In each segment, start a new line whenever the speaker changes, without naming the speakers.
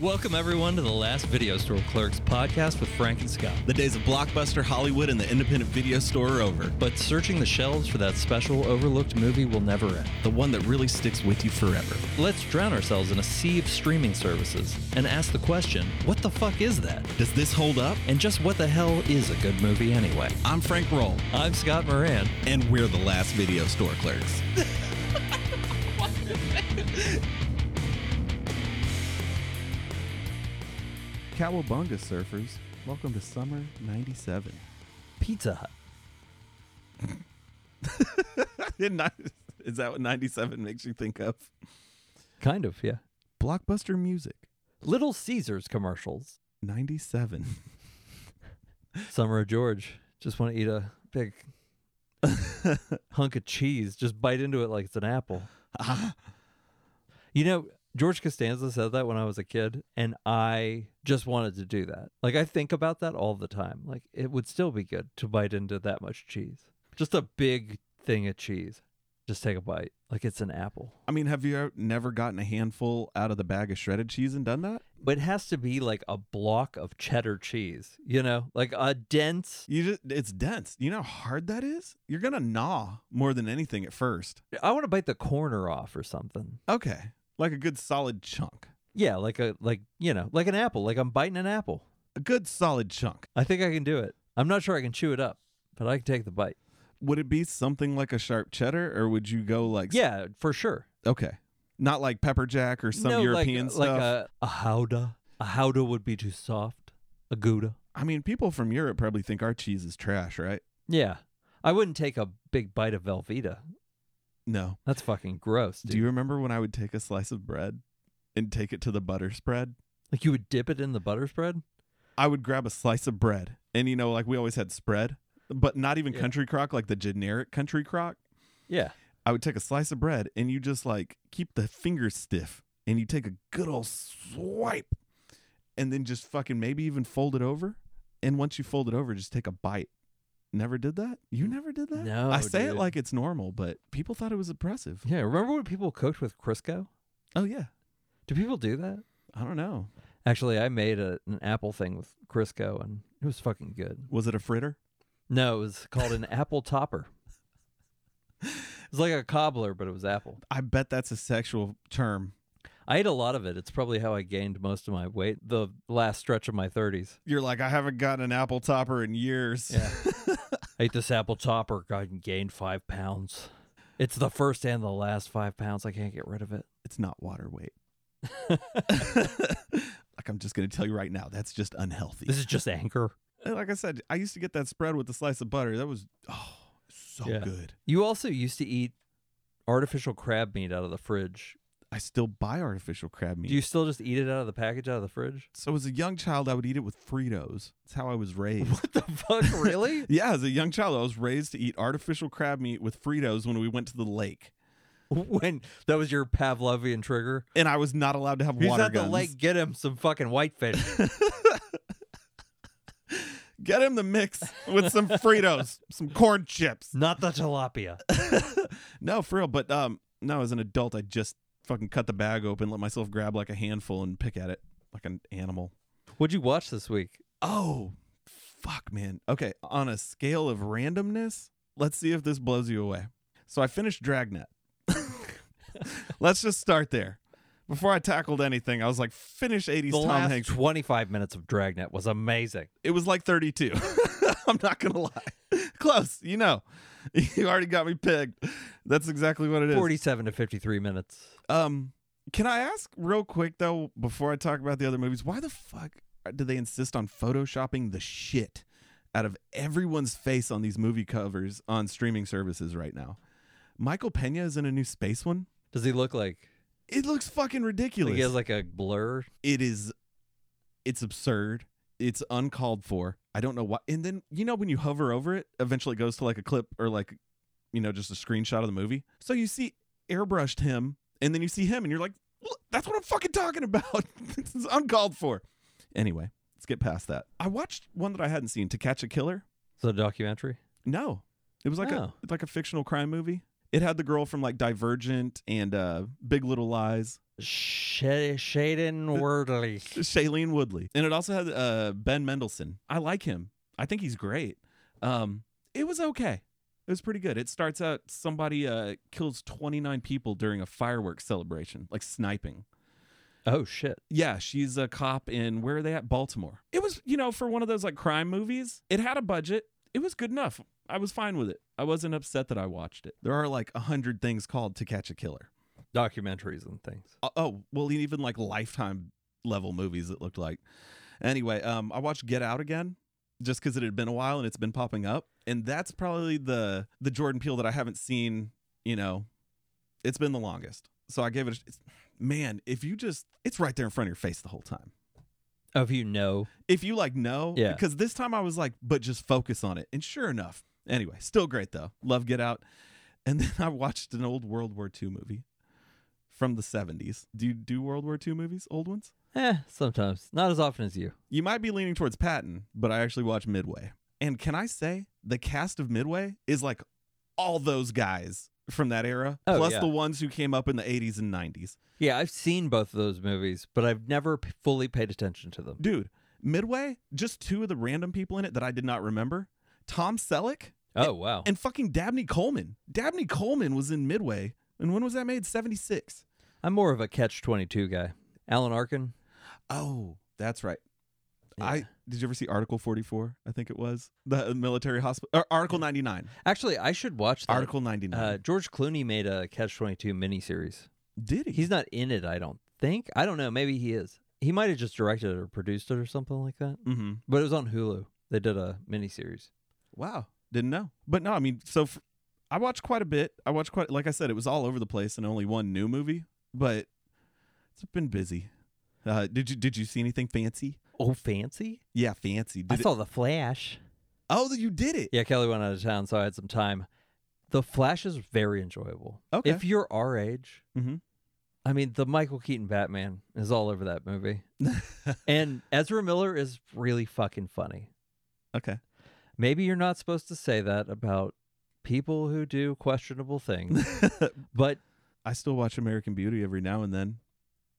Welcome, everyone, to the last Video Store Clerks podcast with Frank and Scott.
The days of Blockbuster, Hollywood, and the independent video store are over.
But searching the shelves for that special overlooked movie will never end.
The one that really sticks with you forever.
Let's drown ourselves in a sea of streaming services and ask the question what the fuck is that?
Does this hold up?
And just what the hell is a good movie anyway?
I'm Frank Roll,
I'm Scott Moran.
and we're the last Video Store Clerks. Cowabunga surfers, welcome to summer 97.
Pizza Hut.
Is that what 97 makes you think of?
Kind of, yeah.
Blockbuster music,
Little Caesars commercials.
97.
Summer of George. Just want to eat a big hunk of cheese. Just bite into it like it's an apple.
Ah.
You know, George Costanza said that when I was a kid, and I just wanted to do that. Like, I think about that all the time. Like, it would still be good to bite into that much cheese. Just a big thing of cheese. Just take a bite. Like, it's an apple.
I mean, have you never gotten a handful out of the bag of shredded cheese and done that?
But it has to be like a block of cheddar cheese, you know, like a dense.
You just it's dense. You know how hard that is? You're gonna gnaw more than anything at first.
I want to bite the corner off or something.
Okay. Like a good solid chunk.
Yeah, like a, like, you know, like an apple. Like I'm biting an apple.
A good solid chunk.
I think I can do it. I'm not sure I can chew it up, but I can take the bite.
Would it be something like a sharp cheddar or would you go like
Yeah, for sure.
Okay. Not like pepper jack or some
no,
European
like, uh, Like
stuff.
a, a howdah. A howdah would be too soft. A gouda.
I mean, people from Europe probably think our cheese is trash, right?
Yeah. I wouldn't take a big bite of Velveeta.
No.
That's fucking gross, dude.
Do you remember when I would take a slice of bread and take it to the butter spread?
like you would dip it in the butter spread?
I would grab a slice of bread and you know, like we always had spread, but not even
Yeah.
country crock, like the generic country crock.
Yeah.
I would take a slice of bread and you just like keep the fingers stiff and you take a good old swipe and then just fucking maybe even fold it over. And once you fold it over, just take a bite. Never did that? You never did that?
No,
I say
dude.
it like it's normal, but people thought it was impressive.
Yeah. Remember when people cooked with Crisco?
Oh, yeah.
Do people do that?
I don't know.
Actually, I made a, an apple thing with Crisco and it was fucking good.
Was it a fritter?
No, it was called an apple topper. It's like a cobbler, but it was apple.
I bet that's a sexual term.
I ate a lot of it. It's probably how I gained most of my weight the last stretch of my 30s.
You're like, I haven't gotten an apple topper in years.
Yeah. Ate this apple topper, got and gained five pounds. It's the first and the last five pounds. I can't get rid of it.
it's not water weight. like, I'm just going to tell you right now, that's just unhealthy.
This is just anger.
And like I said, I used to get that spread with the slice of butter. That was oh so
Yeah.
good.
You also used to eat artificial crab meat out of the fridge.
I still buy artificial crab meat.
Do you still just eat it out of the package, out of the fridge?
so as a young child, I would eat it with Fritos. That's how I was raised.
What the fuck? Really?
Yeah, as a young child, I was raised to eat artificial crab meat with Fritos when we went to the lake,
when that was your Pavlovian trigger?
and I was not allowed to have
He's
water
at the
guns.
lake. Get him some fucking whitefish.
Get him the mix with some Fritos, some corn chips.
Not the tilapia.
No, for real. But um, no, as an adult, I just fucking cut the bag open, let myself grab like a handful and pick at it like an animal.
What'd you watch this week?
Oh, fuck, man. Okay, on a scale of randomness, let's see if this blows you away. So I finished Dragnet. let's just start there. Before I tackled anything, I was like, finish
the
80s Tom
last
Hanks.
25 minutes of Dragnet was amazing.
It was like 32. I'm not going to lie. Close, you know. You already got me pegged. That's exactly what it is.
47 to 53 minutes.
Um, can I ask real quick though, before I talk about the other movies, why the fuck do they insist on photoshopping the shit out of everyone's face on these movie covers on streaming services right now? Michael Pena is in a new space one.
Does he look like
It looks fucking
like
ridiculous.
he has like a blur?
it is, it's absurd. It's uncalled for. I don't know why. And then you know when you hover over it, eventually it goes to like a clip or like, you know, just a screenshot of the movie. So you see airbrushed him, and then you see him, and you're like, "Look, that's what I'm fucking talking about. this is uncalled for. Anyway, let's get past that. I watched one that I hadn't seen, To Catch a Killer.
So documentary?
No, it was like a
Oh.
it's like a fictional crime movie. It had the girl from like Divergent and uh, Big Little Lies.
Sh- Shaden Wordley.
Shailene Woodley. And it also had uh, Ben Mendelsohn. I like him. I think he's great. Um, it was okay. It was pretty good. It starts out somebody uh, kills 29 people during a fireworks celebration, like sniping.
Oh shit.
Yeah, she's a cop in where are they at? Baltimore. It was, you know, for one of those like crime movies, it had a budget. It was good enough. I was fine with it. I wasn't upset that I watched it. There are like a hundred things called To Catch a Killer.
Documentaries and things.
Uh, oh well even like lifetime level movies it looked like anyway um i watched get out again just because it had been a while and it's been popping up and that's probably the the jordan peele that i haven't seen you know it's been the longest so i gave it a, it's- man if you just it's right there in front of your face the whole time
Oh, if you know.
if you like know
Yeah.
because this time i was like but just focus on it and sure enough anyway still great though love get out and then i watched an old world war ii movie from the 70s do you do world war ii movies old ones
Eh, sometimes. Not as often as you.
you might be leaning towards patton but i actually watched midway and can i say the cast of midway is like all those guys from that era
Oh,
plus
yeah.
the ones who came up in the 80s and 90s
Yeah, I've seen both of those movies, but I've never p- fully paid attention to them.
dude midway just two of the random people in it that i did not remember tom selleck
Oh wow.
and fucking Dabney Coleman. Dabney Coleman was in Midway, and when was that made? Seventy six.
I'm more of a catch 22 guy. Alan Arkin?
Oh, that's right.
Yeah.
I did you ever see Article forty four? I think it was the uh, military hospital or Article ninety nine.
Actually, I should watch that.
Article ninety nine.
Uh, George Clooney made a Catch 22 miniseries.
did he?
He's not in it, I don't think. I don't know. Maybe he is. He might have just directed it or produced it or something like that.
mm-hmm.
But it was on Hulu. They did a miniseries.
Wow, didn't know. But no, I mean, so f I I watched quite a bit. I watched quite, like I said, it was all over the place and only one new movie. But it's been busy. Uh, did you did you see anything fancy?
Oh, fancy?
Yeah, fancy. Did
I
it-
saw The Flash.
oh, you did it.
Yeah, Kelly went out of town, so I had some time. The Flash is very enjoyable.
Okay.
If you're our age,
Mhm.
I mean, the Michael Keaton Batman is all over that movie. and Ezra Miller is really fucking funny.
okay.
Maybe you're not supposed to say that about people who do questionable things, but
I still watch American Beauty every now and then.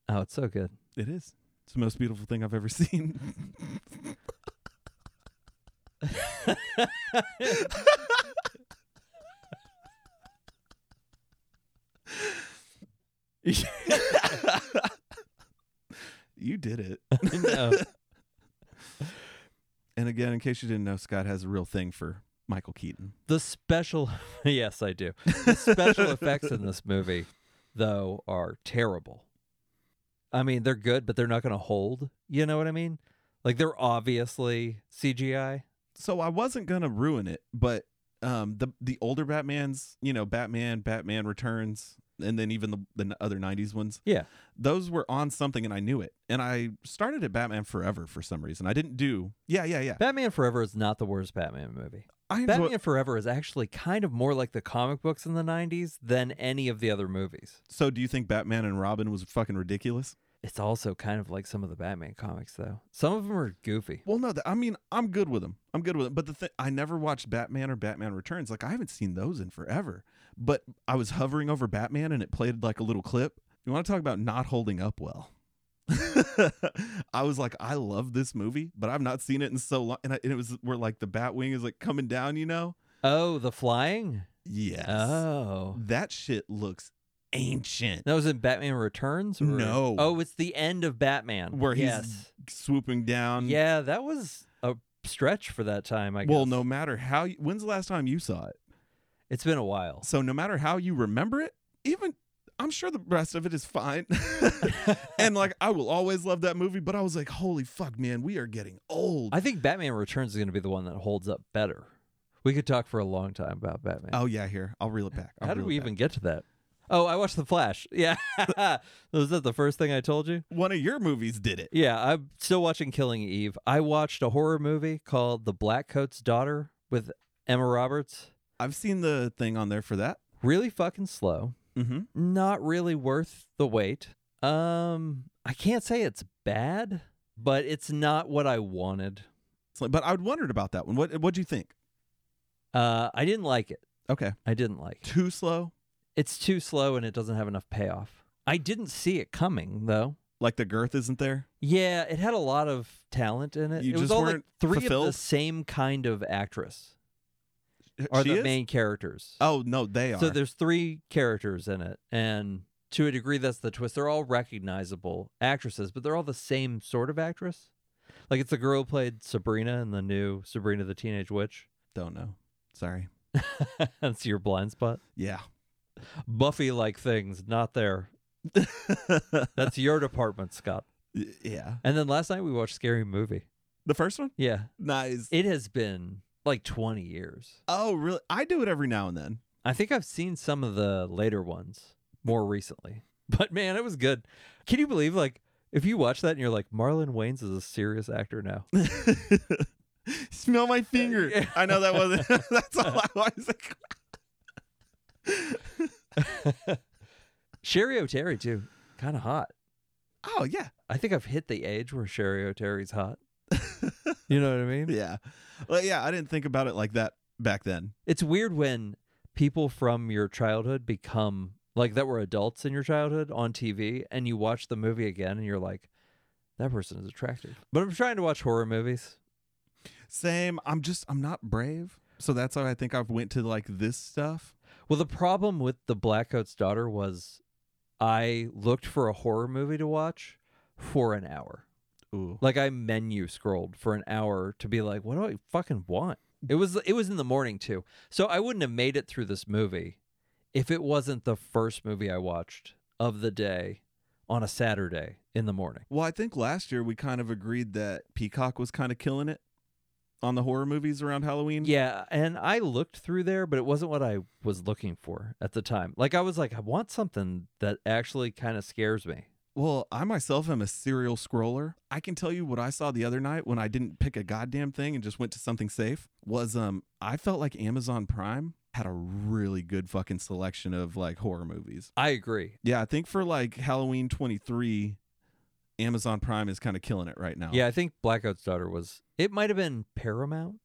oh, it's so good.
It is. It's the most beautiful thing I've ever seen. you did it.
I know.
And again, in case you didn't know, Scott has a real thing for Michael Keaton.
The special, yes, I do. The special effects in this movie, though, are terrible. I mean, they're good, but they're not going to hold. You know what I mean? Like they're obviously CGI.
So I wasn't gonna ruin it, but um, the the older Batman's, you know, Batman, Batman Returns, and then even the, the n- other '90s ones.
Yeah.
those were on something, and I knew it. And I started at Batman Forever for some reason. I didn't do. Yeah, yeah, yeah.
Batman Forever is not the worst Batman movie.
I enjoy-
Batman Forever is actually kind of more like the comic books in the 90s than any of the other movies.
So do you think Batman and Robin was fucking ridiculous?
It's also kind of like some of the Batman comics, though. Some of them are goofy.
Well, no. th- I mean, I'm good with them. I'm good with them. But the thing, I never watched Batman or Batman Returns. Like I haven't seen those in forever. But I was hovering over Batman, and it played like a little clip. You want to talk about not holding up well? I was like, I love this movie, but I've not seen it in so long. And, I, and it was where like the Batwing is like coming down, you know?
Oh, the flying?
Yes.
Oh.
That shit looks ancient.
That was in Batman Returns? Or...
No.
Oh, it's the end of Batman.
Where he's
Yes.
Swooping down.
Yeah, that was a stretch for that time, I guess.
Well, no matter how. You, when's the last time you saw it?
It's been a while.
So no matter how you remember it, even I'm sure the rest of it is fine. and like I will always love that movie, but I was like, holy fuck, man, we are getting old.
I think Batman Returns is going to be the one that holds up better. We could talk for a long time about Batman.
oh yeah, here I'll reel it back. I'll
How did
reel
we
it back.
even get to that? Oh, I watched The Flash. Yeah. was that the first thing I told you?
One of your movies did it.
Yeah, I'm still watching Killing Eve. I watched a horror movie called The Black Coat's Daughter with Emma Roberts.
I've seen the thing on there for that.
Really fucking slow.
Mm-hmm.
not really worth the wait. Um, I can't say it's bad, but it's not what I wanted.
but I wondered about that one. What what'd you think?
Uh, I didn't like it.
Okay,
I didn't like it.
too slow.
It's too slow and it doesn't have enough payoff. I didn't see it coming though.
Like the girth isn't there.
Yeah, it had a lot of talent in it.
You
it was
just
all like
weren't
three of the
fulfilled?
same kind of actress are
She
the
is?
main characters.
Oh no, they are.
So there's three characters in it, and to a degree, that's the twist. They're all recognizable actresses, but they're all the same sort of actress. Like it's the girl who played Sabrina in the new Sabrina the Teenage Witch.
Don't know. Sorry.
that's your blind spot.
Yeah.
Buffy like things, not there. That's your department, Scott.
yeah.
And then last night we watched Scary Movie.
The first one.
Yeah.
Nice.
It has been like 20 years.
Oh really? I do it every now and then.
I think I've seen some of the later ones more recently. But man, it was good. Can you believe like if you watch that and you're like Marlon Wayans is a serious actor now.
Smell my finger.
Yeah.
I know that wasn't. that's all I was like.
Sherry O'Terry too. Kind of hot.
Oh yeah,
I think I've hit the age where Sherry O'Terry's hot. you know what I mean?
yeah. Well, yeah. I didn't think about it like that back then.
It's weird when people from your childhood become like that were adults in your childhood on TV and you watch the movie again and you're like, that person is attractive. But I'm trying to watch horror movies.
Same. I'm just. I'm not brave. So that's why I think I've went to like this stuff.
Well, the problem with The Black Coat's Daughter was I looked for a horror movie to watch for an hour.
Ooh.
Like I menu scrolled for an hour to be like, what do I fucking want? It was it was in the morning too. So I wouldn't have made it through this movie if it wasn't the first movie I watched of the day on a Saturday in the morning.
Well, I think last year we kind of agreed that Peacock was kind of killing it on the horror movies around Halloween.
Yeah, and I looked through there, but it wasn't what I was looking for at the time. Like I was like, I want something that actually kind of scares me.
Well, I myself am a serial scroller. I can tell you what I saw the other night when I didn't pick a goddamn thing and just went to something safe was um I felt like Amazon Prime had a really good fucking selection of like horror movies.
I agree.
Yeah, I think for like Halloween 23 Amazon Prime is kind of killing it right now.
Yeah, I think Blackout's Daughter was. It might have been Paramount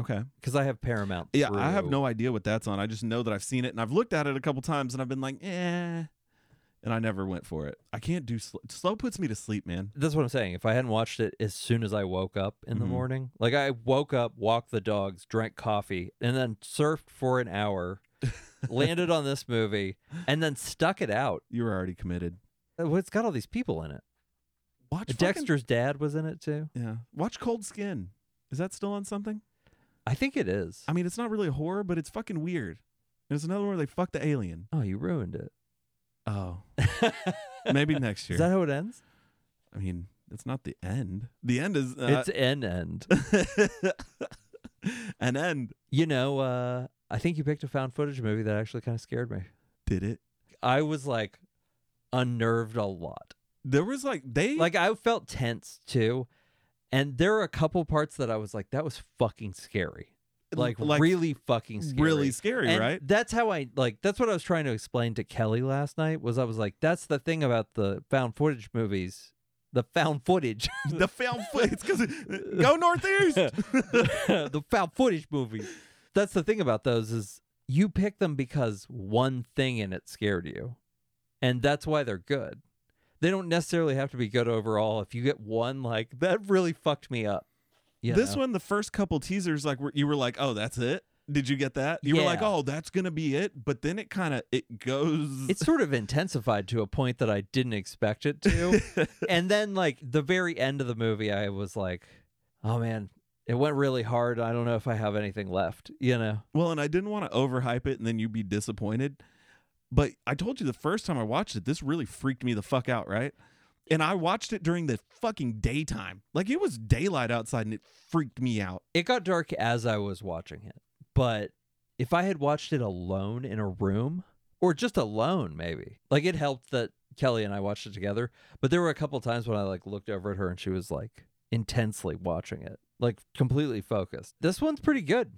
Okay.
because I have Paramount.
Yeah, I have
through-
no idea what that's on. I just know that I've seen it and I've looked at it a couple times and I've been like, "Eh." And I never went for it. I can't do sl- slow puts me to sleep, man.
That's what I'm saying. If I hadn't watched it as soon as I woke up in the
Mhm.
morning, like I woke up, walked the dogs, drank coffee, and then surfed for an hour, landed on this movie, and then stuck it out. Uh,
You were already committed.
Well, It's got all these people in it.
Watch fucking-
Dexter's dad was in it too.
Yeah. Watch Cold Skin. Is that still on something?
I think it is.
I mean, it's not really horror, but it's fucking weird. There's another one where they fuck the alien.
oh, you ruined it.
Oh. Maybe next year.
Is that how it ends?
I mean, it's not the end. The end is uh,
it's an end.
an end.
You know, uh, I think you picked a found footage movie that actually kind of scared me.
Did it?
I was like unnerved a lot.
There was like they
Like I felt tense too. And there were a couple parts that I was like, that was fucking scary. Like, really fucking scary.
really scary,
And
right?
That's how I like that's what I was trying to explain to Kelly last night was I was like, that's the thing about the found footage movies. The found footage.
the film it's cuz go northeast.
the found footage movies. That's the thing about those is you pick them because one thing in it scared you. And that's why they're good. They don't necessarily have to be good overall. If you get one like that really fucked me up. you
This
know?
one the first couple teasers like were, you were like, "Oh, that's it." Did you get that? You were like,
Yeah.
"Oh, that's going to be it." But then it kind of it goes
it's sort of intensified to a point that I didn't expect it to. and then like the very end of the movie I was like, "Oh man, it went really hard. I don't know if I have anything left." You know.
Well, and I didn't want to overhype it and then you'd be disappointed. But I told you the first time I watched it, this really freaked me the fuck out, right? And I watched it during the fucking daytime. Like it was daylight outside and it freaked me out.
it got dark as I was watching it, but if I had watched it alone in a room or just alone, maybe like it helped that Kelly and I watched it together. But there were a couple times when I like looked over at her and she was like intensely watching it, like completely focused. This one's pretty good.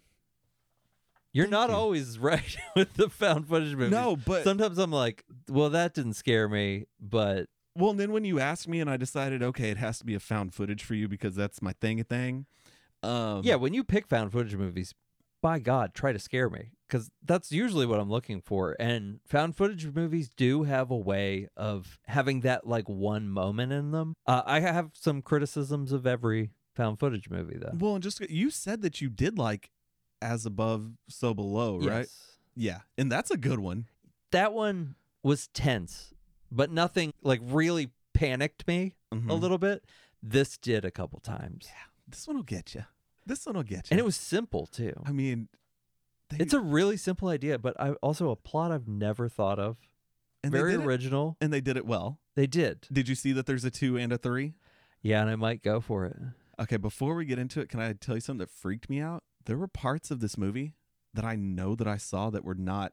You're
Thank
not
you.
always right with the found footage movies.
No, but
Sometimes I'm like, well, that didn't scare me, but
well, and then when you asked me and I decided, okay, it has to be a found footage for you because that's my thing a thing. Um
yeah, when you pick found footage movies, by God, try to scare me because that's usually what I'm looking for. And found footage movies do have a way of having that like one moment in them. Uh, I have some criticisms of every found footage movie though.
Well, and just you said that you did like as above, so below, right?
Yes.
Yeah, and that's a good one.
That one was tense, but nothing like really panicked me
Mhm.
a little bit. This did a couple times.
This one will get you. This one will get you.
And it was simple too.
I mean, Oh, they,
It's a really simple idea, but I also a plot I've never thought of.
and
Very
they did it-
original.
and they did it well.
They did.
Did you see that there's a two and a three?
Yeah, and I might go for it.
Okay, before we get into it, can I tell you something that freaked me out? There were parts of this movie that I know that I saw that were not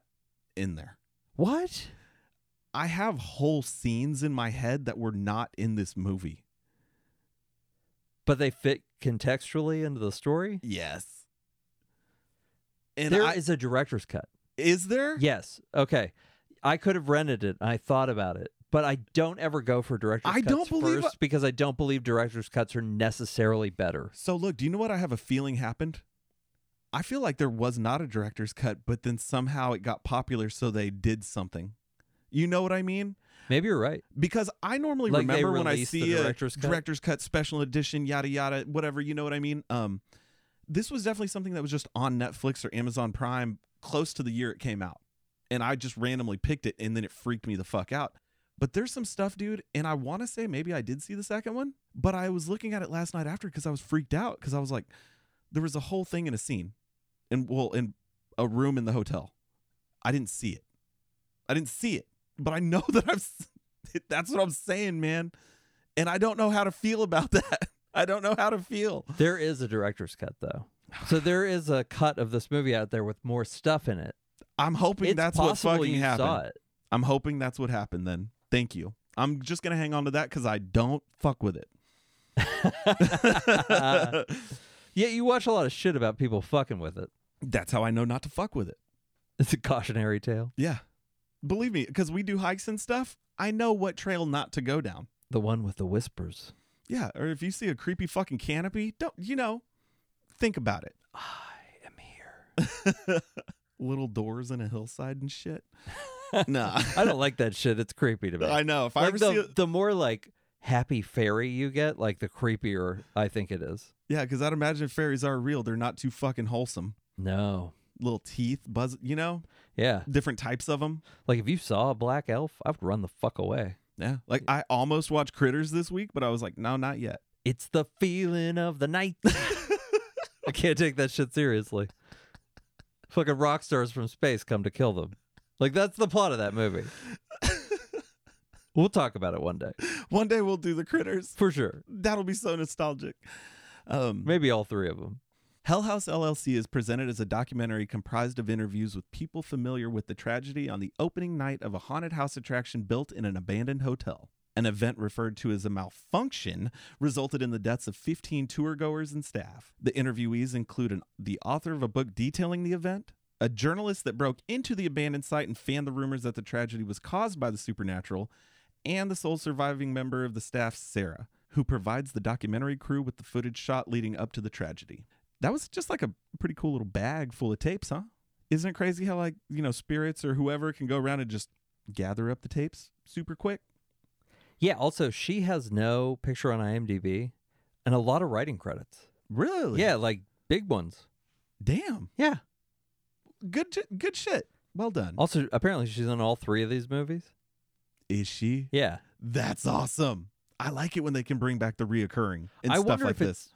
in there.
What?
I have whole scenes in my head that were not in this movie.
But they fit contextually into the story?
Yes.
There
And
is
I, is,
a director's cut.
there?
Yes. Okay. I could have rented it. I thought about it. But I don't ever go for director's
I
cuts
don't believe-
first because I don't believe director's cuts are necessarily better.
So look, do you know what I have a feeling happened? I feel like there was not a director's cut, but then somehow it got popular, so they did something. You know what I mean?
Maybe you're right.
Because I normally
Like they
remember when I
released the
see a
director's cut?
director's cut special edition, yada yada, whatever. You know what I mean? Um, this was definitely something that was just on Netflix or Amazon Prime close to the year it came out, and I just randomly picked it, and then it freaked me the fuck out. But there's some stuff, dude, and I want to say maybe I did see the second one, but I was looking at it last night after because I was freaked out because I was like, there was a whole thing in a scene, and well, in a room in the hotel. I didn't see it. I didn't see it, but I know that I've. s- That's what I'm saying, man. And I don't know how to feel about that. I don't know how to feel.
There is a director's cut though. So there is a cut of this movie out there with more stuff in it.
I'm hoping
It's
that's what
possible
fucking
you
happened.
saw it.
I'm hoping that's what happened then. Thank you. I'm just going to hang on to that because I don't fuck with it.
Yeah, you watch a lot of shit about people fucking with it.
that's how I know not to fuck with it.
It's a cautionary tale.
Yeah. Believe me, because we do hikes and stuff, I know what trail not to go down.
The one with the whispers.
Yeah. Or if you see a creepy fucking canopy, don't, you know, think about it.
I am here.
Little doors in a hillside and shit. nah.
I don't like that shit. It's creepy to me.
I know. If I
like
ever
the,
see it,
the more like happy fairy you get, like the creepier I think it is.
yeah, because I'd imagine if fairies are real, they're not too fucking wholesome.
No.
Little teeth, buzz, you know,
Yeah.
different types of them.
Like if you saw a black elf, I would run the fuck away.
Yeah. Like I almost watched Critters this week, but I was like, no, not yet.
It's the feeling of the night. I can't take that shit seriously. Fucking rock stars from space come to kill them. Like that's the plot of that movie. we'll talk about it one day.
One day we'll do the Critters.
For sure.
That'll be so nostalgic. Um,
Maybe all three of them.
Hell House LLC is presented as a documentary comprised of interviews with people familiar with the tragedy on the opening night of a haunted house attraction built in an abandoned hotel. An event referred to as a malfunction resulted in the deaths of 15 tour goers and staff. The interviewees include an, the author of a book detailing the event, a journalist that broke into the abandoned site and fanned the rumors that the tragedy was caused by the supernatural, and the sole surviving member of the staff, Sarah, who provides the documentary crew with the footage shot leading up to the tragedy that was just like a pretty cool little bag full of tapes, huh? Isn't it crazy how like, you know, spirits or whoever can go around and just gather up the tapes super quick?
Yeah, also she has no picture on IMDb and a lot of writing credits.
Really?
Yeah, like big ones.
Damn.
Yeah.
Good j- good shit. Well done.
Also, apparently she's in all three of these movies.
Is she?
Yeah.
That's awesome. I like it when they can bring back the reoccurring and
I
stuff
wonder
like
if
this.
it's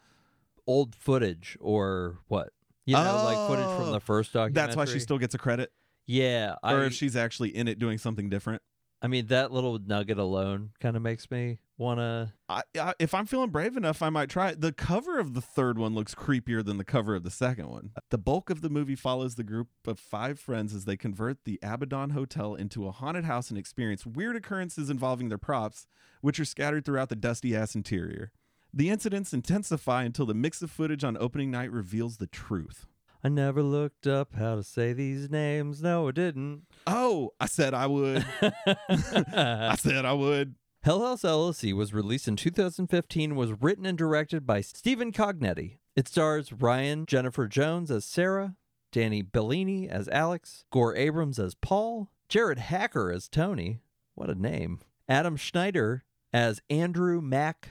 old footage or what. You know, like footage from
Oh,
the first documentary.
That's why she still gets a credit.
Yeah,
Or
I,
if she's actually in it doing something different.
I mean that little nugget alone kind of makes me wanna.
I, I, if I'm feeling brave enough, I might try it. The cover of the third one looks creepier than the cover of the second one. The bulk of the movie follows the group of five friends as they convert the Abaddon Hotel into a haunted house and experience weird occurrences involving their props, which are scattered throughout the dusty ass interior. The incidents intensify until the mix of footage on opening night reveals the truth.
I never looked up how to say these names. No, I didn't.
Oh, I said I would. I
Hell
said I would.
House LLC was released in 2015. Was written and directed by Stephen Cognetti. It stars Ryan Jennifer Jones as Sarah, Danny Bellini as Alex, Gore Abrams as Paul, Jared Hacker as Tony. What a name. Adam Schneider as Andrew Mac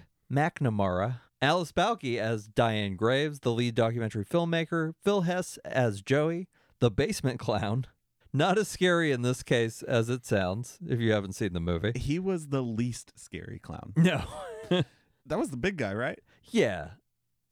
McNamara, Alice Balke as Diane Graves, the lead documentary filmmaker, Phil Hess as Joey, the basement clown. Not as scary in this case as it sounds, if you haven't seen the movie.
He was the least scary clown.
No.
That was the big guy, right?
yeah.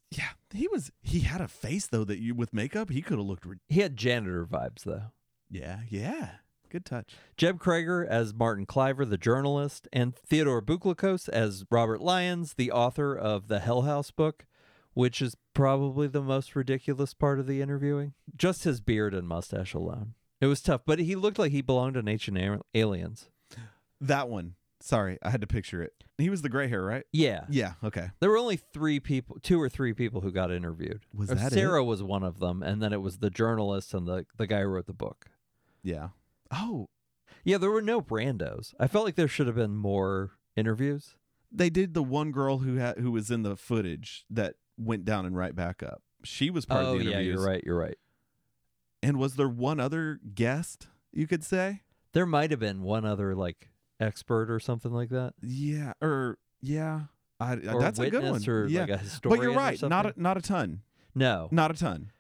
Yeah. He was he had a face though that you with makeup, he could have looked re-
He had janitor vibes, though.
Yeah, yeah. Good touch.
Jeb Krager as Martin Cliver, the journalist, and Theodore Bouklakos as Robert Lyons, the author of the Hell House book, which is probably the most ridiculous part of the interviewing. Just his beard and mustache alone. It was tough, but he looked like he belonged on Ancient A- Aliens.
That one. Sorry, I had to picture it. He was the gray hair, right?
Yeah.
Yeah, okay.
There were only three people, two or three people who got interviewed.
Was
Or
that it?
Sarah was one of them, and then it was the journalist and the, the guy who wrote the book.
Yeah. Oh,
Yeah, there were no brandos. I felt like there should have been more interviews.
they did the one girl who had who was in the footage that went down and right back up. She was part
oh,
of the
yeah,
interviews.
you're right. You're right.
And was there one other guest you could say?
There might have been one other like expert or something like that,
Yeah, or yeah, I, I-
or
Uh, that's a good
witness,
one.
or
yeah,
like a historian.
but you're
or
right. Not a,
something.
not a ton.
no,
Not a ton.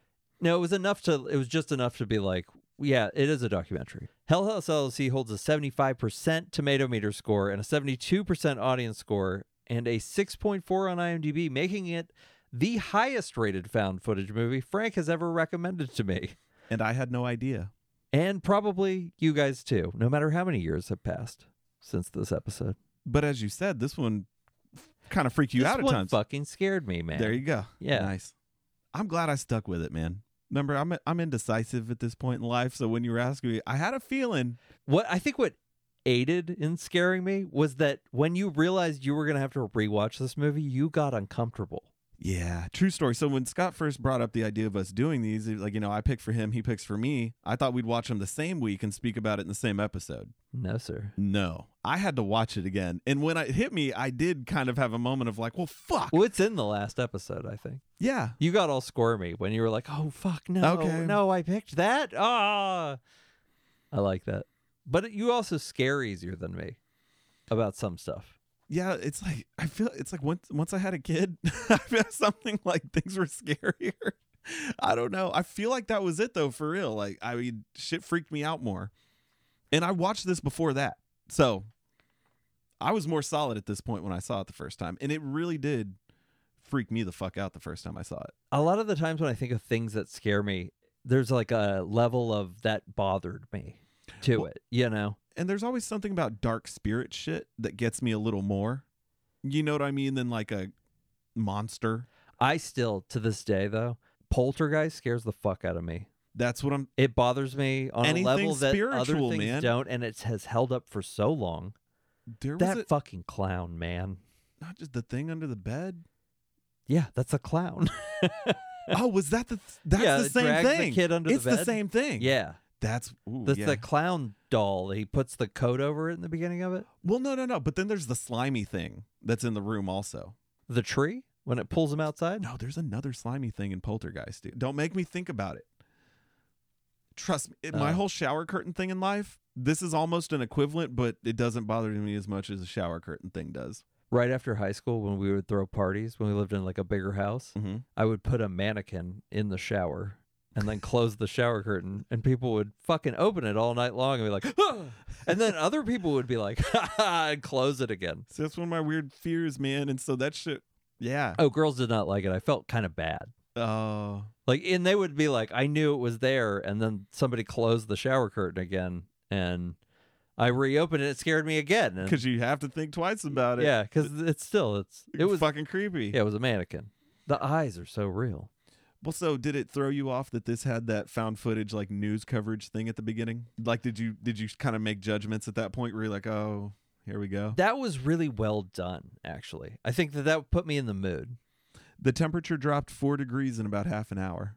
no. It was enough to. It was just enough to be like, yeah, it is a documentary. Hell House LLC holds a 75% tomato meter score and a 72% audience score and a 6.4 on IMDb, making it the highest rated found footage movie Frank has ever recommended to me.
And I had no idea.
And probably you guys too, no matter how many years have passed since this episode.
But as you said, this one kind of freaked you
this
out at
one
times.
fucking scared me, man.
There you go.
Yeah.
Nice. I'm glad I stuck with it, man. Remember, I'm I'm indecisive at this point in life. So when you were asking me, I had a feeling.
what I think what aided in scaring me was that when you realized you were gonna have to rewatch this movie, you got uncomfortable.
Yeah, true story. So when Scott first brought up the idea of us doing these, he was like you know, I pick for him, he picks for me. I thought we'd watch them the same week and speak about it in the same episode.
No, sir.
No, I had to watch it again. And when it hit me, I did kind of have a moment of like, well, fuck.
Well, it's in the last episode, I think.
Yeah.
You got all squirmy when you were like, "Oh fuck, no,
Okay.
no, I picked that." Ah, I like that. But you also scare easier than me about some stuff.
Yeah, it's like I feel it's like once once I had a kid, I feel something like things were scarier. I don't know. I feel like that was it though, for real. Like I mean, shit freaked me out more. And I watched this before that, so I was more solid at this point when I saw it the first time, and it really did freak me the fuck out the first time I saw it.
A lot of the times when I think of things that scare me, there's like a level of that bothered me to
Well-
it. You know.
And there's always something about dark spirit shit that gets me a little more. You know what I mean? Than like a monster.
I still, to this day, though, poltergeist scares the fuck out of me.
That's what I'm
It bothers me on
Anything
a level that other
spiritual,
things
man.
don't, and it has held up for so long.
there was
That
a-
fucking clown, man.
not just the thing under the bed.
Yeah, that's a clown.
oh, was that the th- that's
yeah,
the
it
same
drags
thing?
The kid under
it's
the
the,
bed.
same thing.
Yeah,
that's ooh,
that's
yeah.
the clown doll. He puts the coat over it in the beginning of it.
well, no, no, no. But then there's the slimy thing that's in the room also.
The tree when it pulls him outside.
No, there's another slimy thing in Poltergeist. Dude. Don't make me think about it. Trust me, it- my
Oh.
whole shower curtain thing in life. This is almost an equivalent, but it doesn't bother me as much as a shower curtain thing does.
Right after high school, when we would throw parties, when we lived in like a bigger house,
Mm-hmm.
I would put a mannequin in the shower and then close the shower curtain, and people would fucking open it all night long and be like, "Huh!" and then other people would be like, ha ha, and close it again.
So that's one of my weird fears, man. And so that shit, yeah.
Oh, girls did not like it. I felt kind of bad.
Oh,
Like, and they would be like, I knew it was there, and then somebody closed the shower curtain again, and I reopened it. It scared me again. And,
because you have to think twice about it.
yeah, because it's still it's it was
fucking creepy.
yeah, it was a mannequin. The eyes are so real.
Well, so did it throw you off that this had that found footage like news coverage thing at the beginning? Like, did you did you kind of make judgments at that point where you're like, oh, here we go?
That was really well done, actually. I think that that put me in the mood.
The temperature dropped four degrees in about half an hour.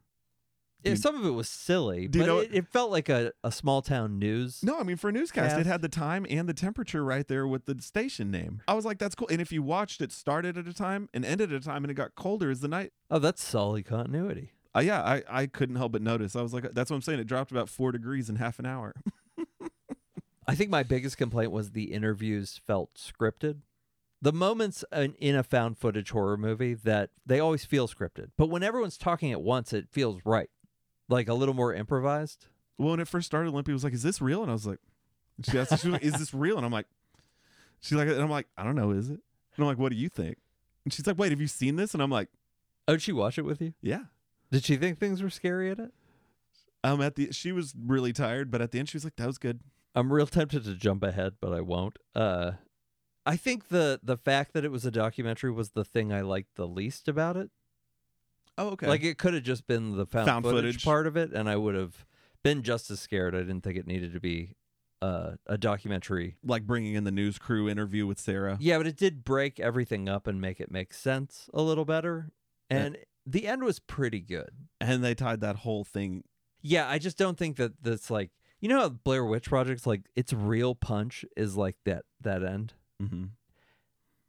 Do
Yeah,
you-
some of it was silly,
Do
but
you know
it, it felt like a, a small town news.
No, I mean for a newscast,
Yeah.
it had the time and the temperature right there with the station name. I was like, that's cool. And if you watched, it started at a time and ended at a time, and it got colder as the night.
Oh, that's solid continuity.
Uh, yeah, I, I couldn't help but notice. I was like, that's what I'm saying. It dropped about four degrees in half an hour.
I think my biggest complaint was the interviews felt scripted. The moments in, in a found footage horror movie that they always feel scripted, but when everyone's talking at once, it feels right, like a little more improvised.
well, when it first started, Limpy was like, "Is this real?" And I was like, "She asked, she was like, is this real?" And I'm like, "She's like," and I'm like, "I don't know, is it?" And I'm like, "What do you think?" And she's like, "Wait, have you seen this?" And I'm like,
Oh, did she watch it with you?
"Yeah."
Did she think things were scary at it?
Um, at the she was really tired, but at the end she was like, "That was good."
I'm real tempted to jump ahead, but I won't. Uh, I think the the fact that it was a documentary was the thing I liked the least about it.
Oh, okay.
Like it could have just been the found,
Found
footage,
footage.
part of it, and I would have been just as scared. I didn't think it needed to be uh, a documentary.
like bringing in the news crew interview with Sarah.
Yeah, but it did break everything up and make it make sense a little better.
Yeah.
And the end was pretty good.
And they tied that whole thing.
Yeah, I just don't think that that's like you know how Blair Witch Project's like its real punch is like that that end.
Mm-hmm.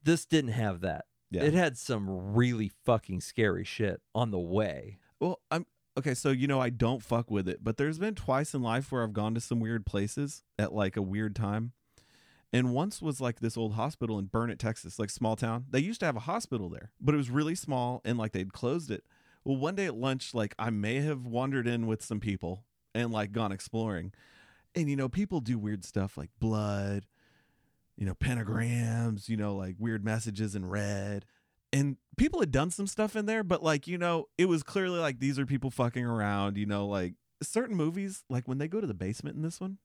This didn't have that.
Yeah.
It had some really fucking scary shit on the way.
Well, I'm okay. So you know, I don't fuck with it, but there's been twice in life where I've gone to some weird places at like a weird time, and once was like this old hospital in Burnett, Texas, like small town. They used to have a hospital there, but it was really small and like they'd closed it. Well, one day at lunch, like I may have wandered in with some people and like gone exploring, and you know, people do weird stuff like blood, you know, pentagrams, you know, like weird messages in red and people had done some stuff in there, but like, you know, it was clearly like these are people fucking around, you know, like certain movies, like when they go to the basement in this one,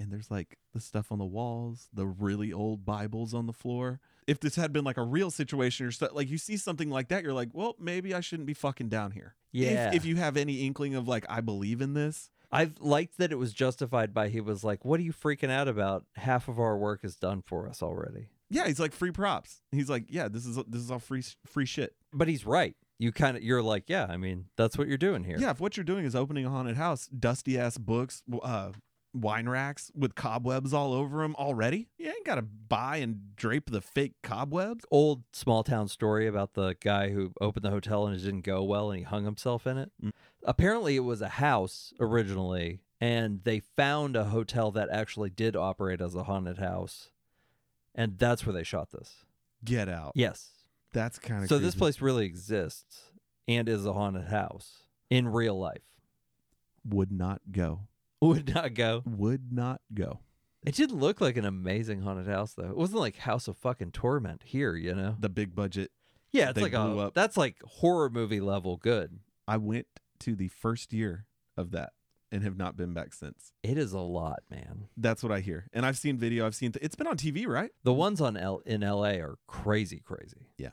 and there's like the stuff on the walls, the really old Bibles on the floor. If this had been like a real situation or stuff, like you see something like that, you're like, well, maybe I shouldn't be fucking down here. If-
Yeah.
If, you have any inkling of like, I believe in this.
I liked that it was justified by he was like, "What are you freaking out about? Half of our work is done for us already."
Yeah, he's like free props. He's like, yeah, this is this is all free free shit.
But he's right. You kind of you're like, "Yeah, I mean, that's what you're doing here."
Yeah, if what you're doing is opening a haunted house, dusty ass books, w- uh, wine racks with cobwebs all over them already, you ain't got to buy and drape the fake cobwebs.
Old small town story about the guy who opened the hotel and it didn't go well and he hung himself in it.
Mm.
Apparently, it was a house originally, and they found a hotel that actually did operate as a haunted house, and that's where they shot this.
Get out.
Yes.
That's kind of
So this place really exists and is a haunted house in real life.
would not go.
Would not go.
Would not go.
It did look like an amazing haunted house though. It wasn't like House of Fucking Torment here, you know.
The big budget.
Yeah, it's
they
like a
blew up.
that's like horror movie level good.
I went to the first year of that and have not been back since.
It is a lot, man.
That's what I hear. And I've seen video. I've seen th- it's been on TV, right?
The ones on L- in LA are crazy crazy.
Yeah.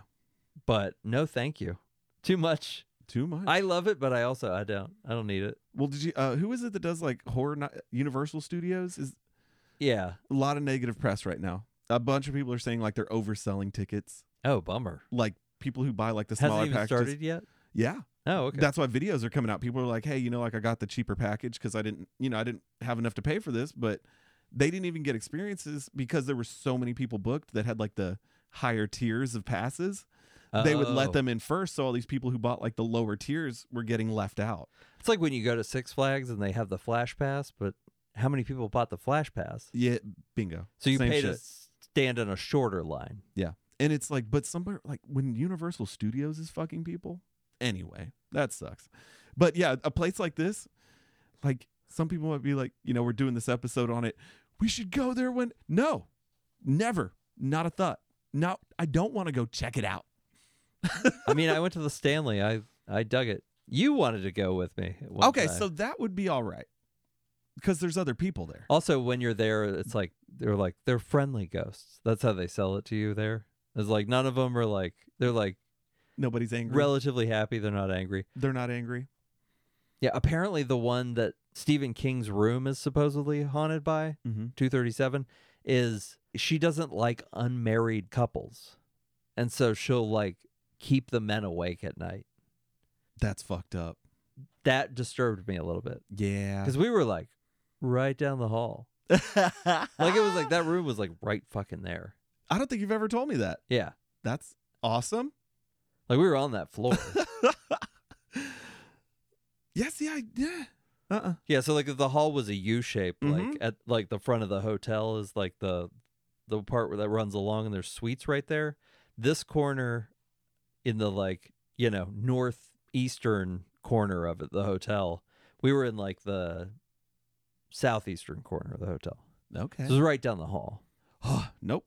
But no thank you. Too much.
Too much.
I love it, but I also I don't. I don't need it.
well, did you? Uh, who is it that does like horror? Ni- Universal Studios is
Yeah.
a lot of negative press right now. A bunch of people are saying like they're overselling tickets.
Oh, bummer.
Like people who buy like the
Hasn't
smaller
even
packages.
started yet.
Yeah,
Oh, okay.
that's why videos are coming out. People are like, "Hey, you know, like I got the cheaper package because I didn't, you know, I didn't have enough to pay for this." But they didn't even get experiences because there were so many people booked that had like the higher tiers of passes. They would
Oh.
let them in first, so all these people who bought like the lower tiers were getting left out.
It's like when you go to Six Flags and they have the Flash Pass, but how many people bought the Flash Pass?
Yeah, bingo.
So you
Same
pay to
shit.
stand in a shorter line.
And it's like, but somebody like when Universal Studios is fucking people. Anyway, that sucks. But yeah, a place like this, like some people might be like, you know, we're doing this episode on it. We should go there when no, never, not a thought. No, I don't want to go check it out.
I mean, I went to the Stanley. I I dug it. You wanted to go with me. at one
Okay,
time.
so that would be all right because there's other people there.
also when you're there, it's like they're like they're friendly ghosts. That's how they sell it to you there. It's like none of them are like they're like
Nobody's angry.
relatively happy. They're not angry.
They're not angry.
Yeah, apparently the one that Stephen King's room is supposedly haunted by,
Mm-hmm.
237 is she doesn't like unmarried couples. And so she'll like keep the men awake at night.
That's fucked up.
That disturbed me a little bit
Yeah.
because we were like right down the hall. Like it was like that room was like right fucking there.
I don't think you've ever told me that.
Yeah.
That's awesome.
Like we were on that floor.
Yeah, see, I yeah. Uh uh
Yeah, so like if the hall was a U shape,
Mhm.
like at like the front of the hotel is like the the part where that runs along and there's suites right there. This corner in the like, you know, northeastern corner of it, the hotel. We were in like the southeastern corner of the hotel. So
Okay.
it was right down the hall.
nope.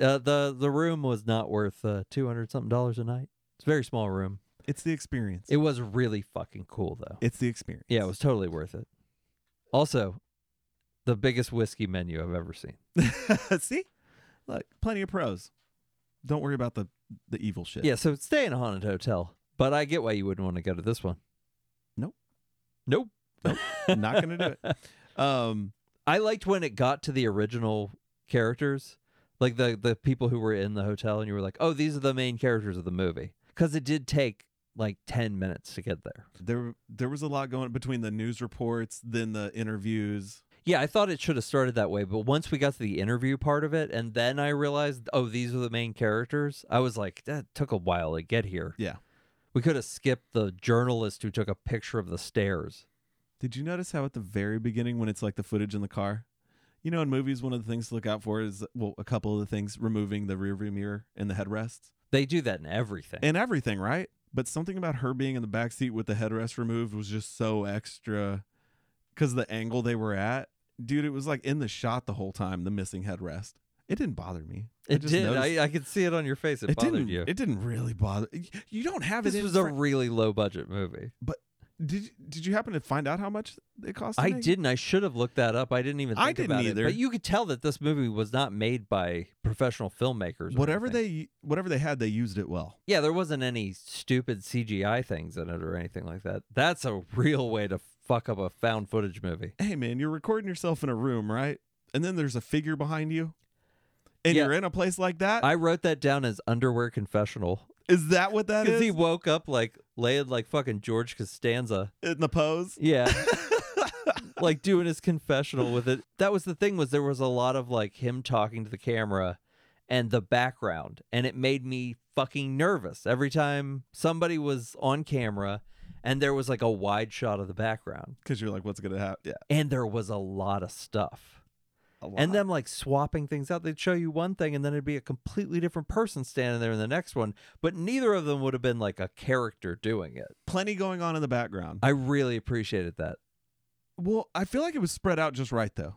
Uh, the the room was not worth uh, two hundred something dollars a night. It's a very small room.
It's the experience.
It was really fucking cool though.
it's the experience.
Yeah, it was totally worth it. Also, the biggest whiskey menu I've ever seen.
see, look, plenty of pros. Don't worry about the the evil shit.
Yeah, so stay in a haunted hotel, but I get why you wouldn't want to go to this one.
Nope.
Nope.
not gonna do it. Um,
I liked when it got to the original characters, like the the people who were in the hotel, and you were like, "Oh, these are the main characters of the movie," because it did take like ten minutes to get there.
there there was a lot going between the news reports, then the interviews.
Yeah, I thought it should have started that way, but once we got to the interview part of it, and then I realized, oh, these are the main characters. I was like, that took a while to get here.
Yeah.
we could have skipped the journalist who took a picture of the stairs.
Did you notice how at the very beginning when it's like the footage in the car? You know, in movies, one of the things to look out for is well, a couple of the things removing the rearview mirror and the headrests
They do that in everything.
and everything, right? But something about her being in the back seat with the headrest removed was just so extra because the angle they were at, dude. It was like in the shot the whole time. The missing headrest. It didn't bother me. I
it
just
did.
noticed-
I, I could see it on your face. It, bothered
didn't,
you.
It didn't really bother. y- You don't have it.
this
in
was
fr-
a really low budget movie.
Did you- Did you happen to find out how much it cost? to
I
make?
didn't. I should have looked that up. I didn't even. Think
I didn't
about
either.
It. But you could tell that this movie was not made by professional filmmakers. or
Whatever
anything.
they whatever they had, they used it well.
Yeah, there wasn't any stupid CGI things in it or anything like that. That's a real way to fuck up a found footage movie.
Hey man, you're recording yourself in a room, right? And then there's a figure behind you, and
Yeah.
you're in a place like that. Is
I wrote that down as underwear confessional
that what that
because
is?
he woke up like laying like fucking George Costanza.
in the pose.
Yeah. like doing his confessional with it. That was the thing was there was a lot of like him talking to the camera and the background and it made me fucking nervous every time somebody was on camera and there was like a wide shot of the background
Because you're like, what's gonna happen? Yeah.
and there was a lot of stuff.
a
And
lot.
them like swapping things out. They'd show you one thing and then it'd be a completely different person standing there in the next one, but neither of them would have been like a character doing it.
plenty going on in the background.
I really appreciated that.
well, I feel like it was spread out just right though.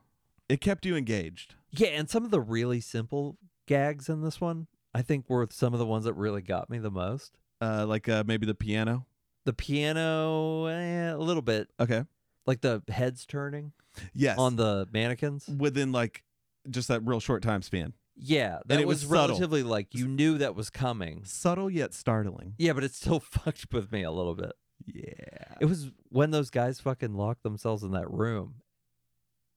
It kept you engaged.
Yeah, and some of the really simple gags in this one, I think, were some of the ones that really got me the most.
Uh, like uh, maybe the piano.
The piano, eh, a little bit,
Okay.
like the heads turning
Yes. Mm.
on the mannequins.
within like just that real short time span.
Yeah, that
it was
was
subtle.
relatively like you knew that was coming.
Subtle yet startling.
Yeah, but it still fucked with me a little bit.
Yeah.
It was when those guys fucking locked themselves in that room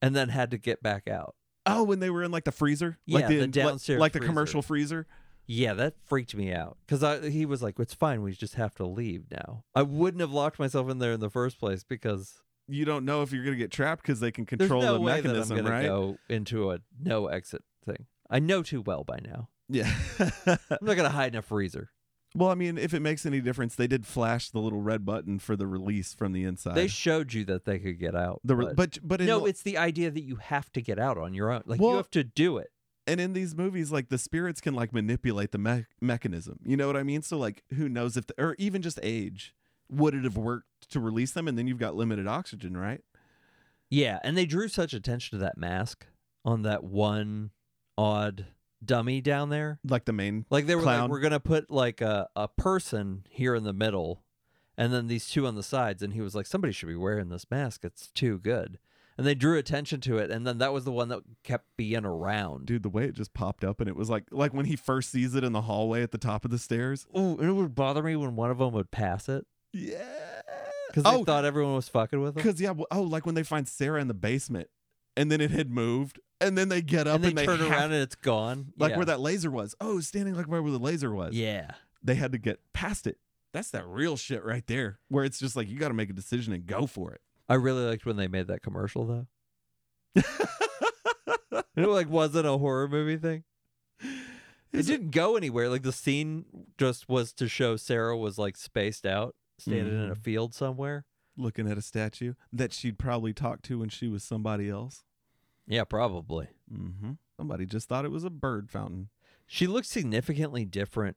and then had to get back out.
Oh, when they were in like the freezer, like
Yeah,
the,
the
like-
downstairs
like, the
freezer.
commercial freezer.
Yeah, that freaked me out because he was like, "It's fine, we just have to leave now." I wouldn't have locked myself in there in the first place because
You don't know if you're gonna get trapped because they can
There's
control
no
the
way
mechanism,
that I'm gonna
right?
go into a no exit thing. I know too well by now.
Yeah.
I'm not gonna hide in a freezer.
well, I mean, if it makes any difference, they did flash the little red button for the release from the inside.
They showed you that they could get out.
the re-
but,
but but in
no,
the-
it's the idea that you have to get out on your own. Like
Well-
you have to do it.
and in these movies, like the spirits can like manipulate the me- mechanism. You know what I mean? So like, who knows if the, or even just age would it have worked to release them? And then you've got limited oxygen, right?
Yeah, and they drew such attention to that mask on that one odd dummy down there.
Like the main
Like they were
Clown.
like, we're gonna put like a, a person here in the middle, and then these two on the sides. And he was like, somebody should be wearing this mask. It's too good. And they drew attention to it, and then that was the one that kept being around.
dude the way it just popped up and it was like like when he first sees it in the hallway at the top of the stairs
Ooh, and it would bother me when one of them would pass it
yeah
because they
oh
thought everyone was fucking with them.
because yeah w- oh like when they find sarah in the basement and then it had moved and then they get up
And
and,
they, turn
have-
around and it's gone.
like
yeah.
where that laser was oh it was standing like right where the laser was
Yeah.
they had to get past it that's that real shit right there where it's just like you got to make a decision and go for it
I really liked when they made that commercial though. And it like wasn't a horror movie thing. It
Is it-
didn't go anywhere. Like the
Mm.
scene just was to show Sarah was like spaced out, standing in a field somewhere.
looking at a statue that she'd probably talked to when she was somebody else.
Yeah, probably.
Mm-hmm. Somebody just thought it was a bird fountain.
She looks significantly different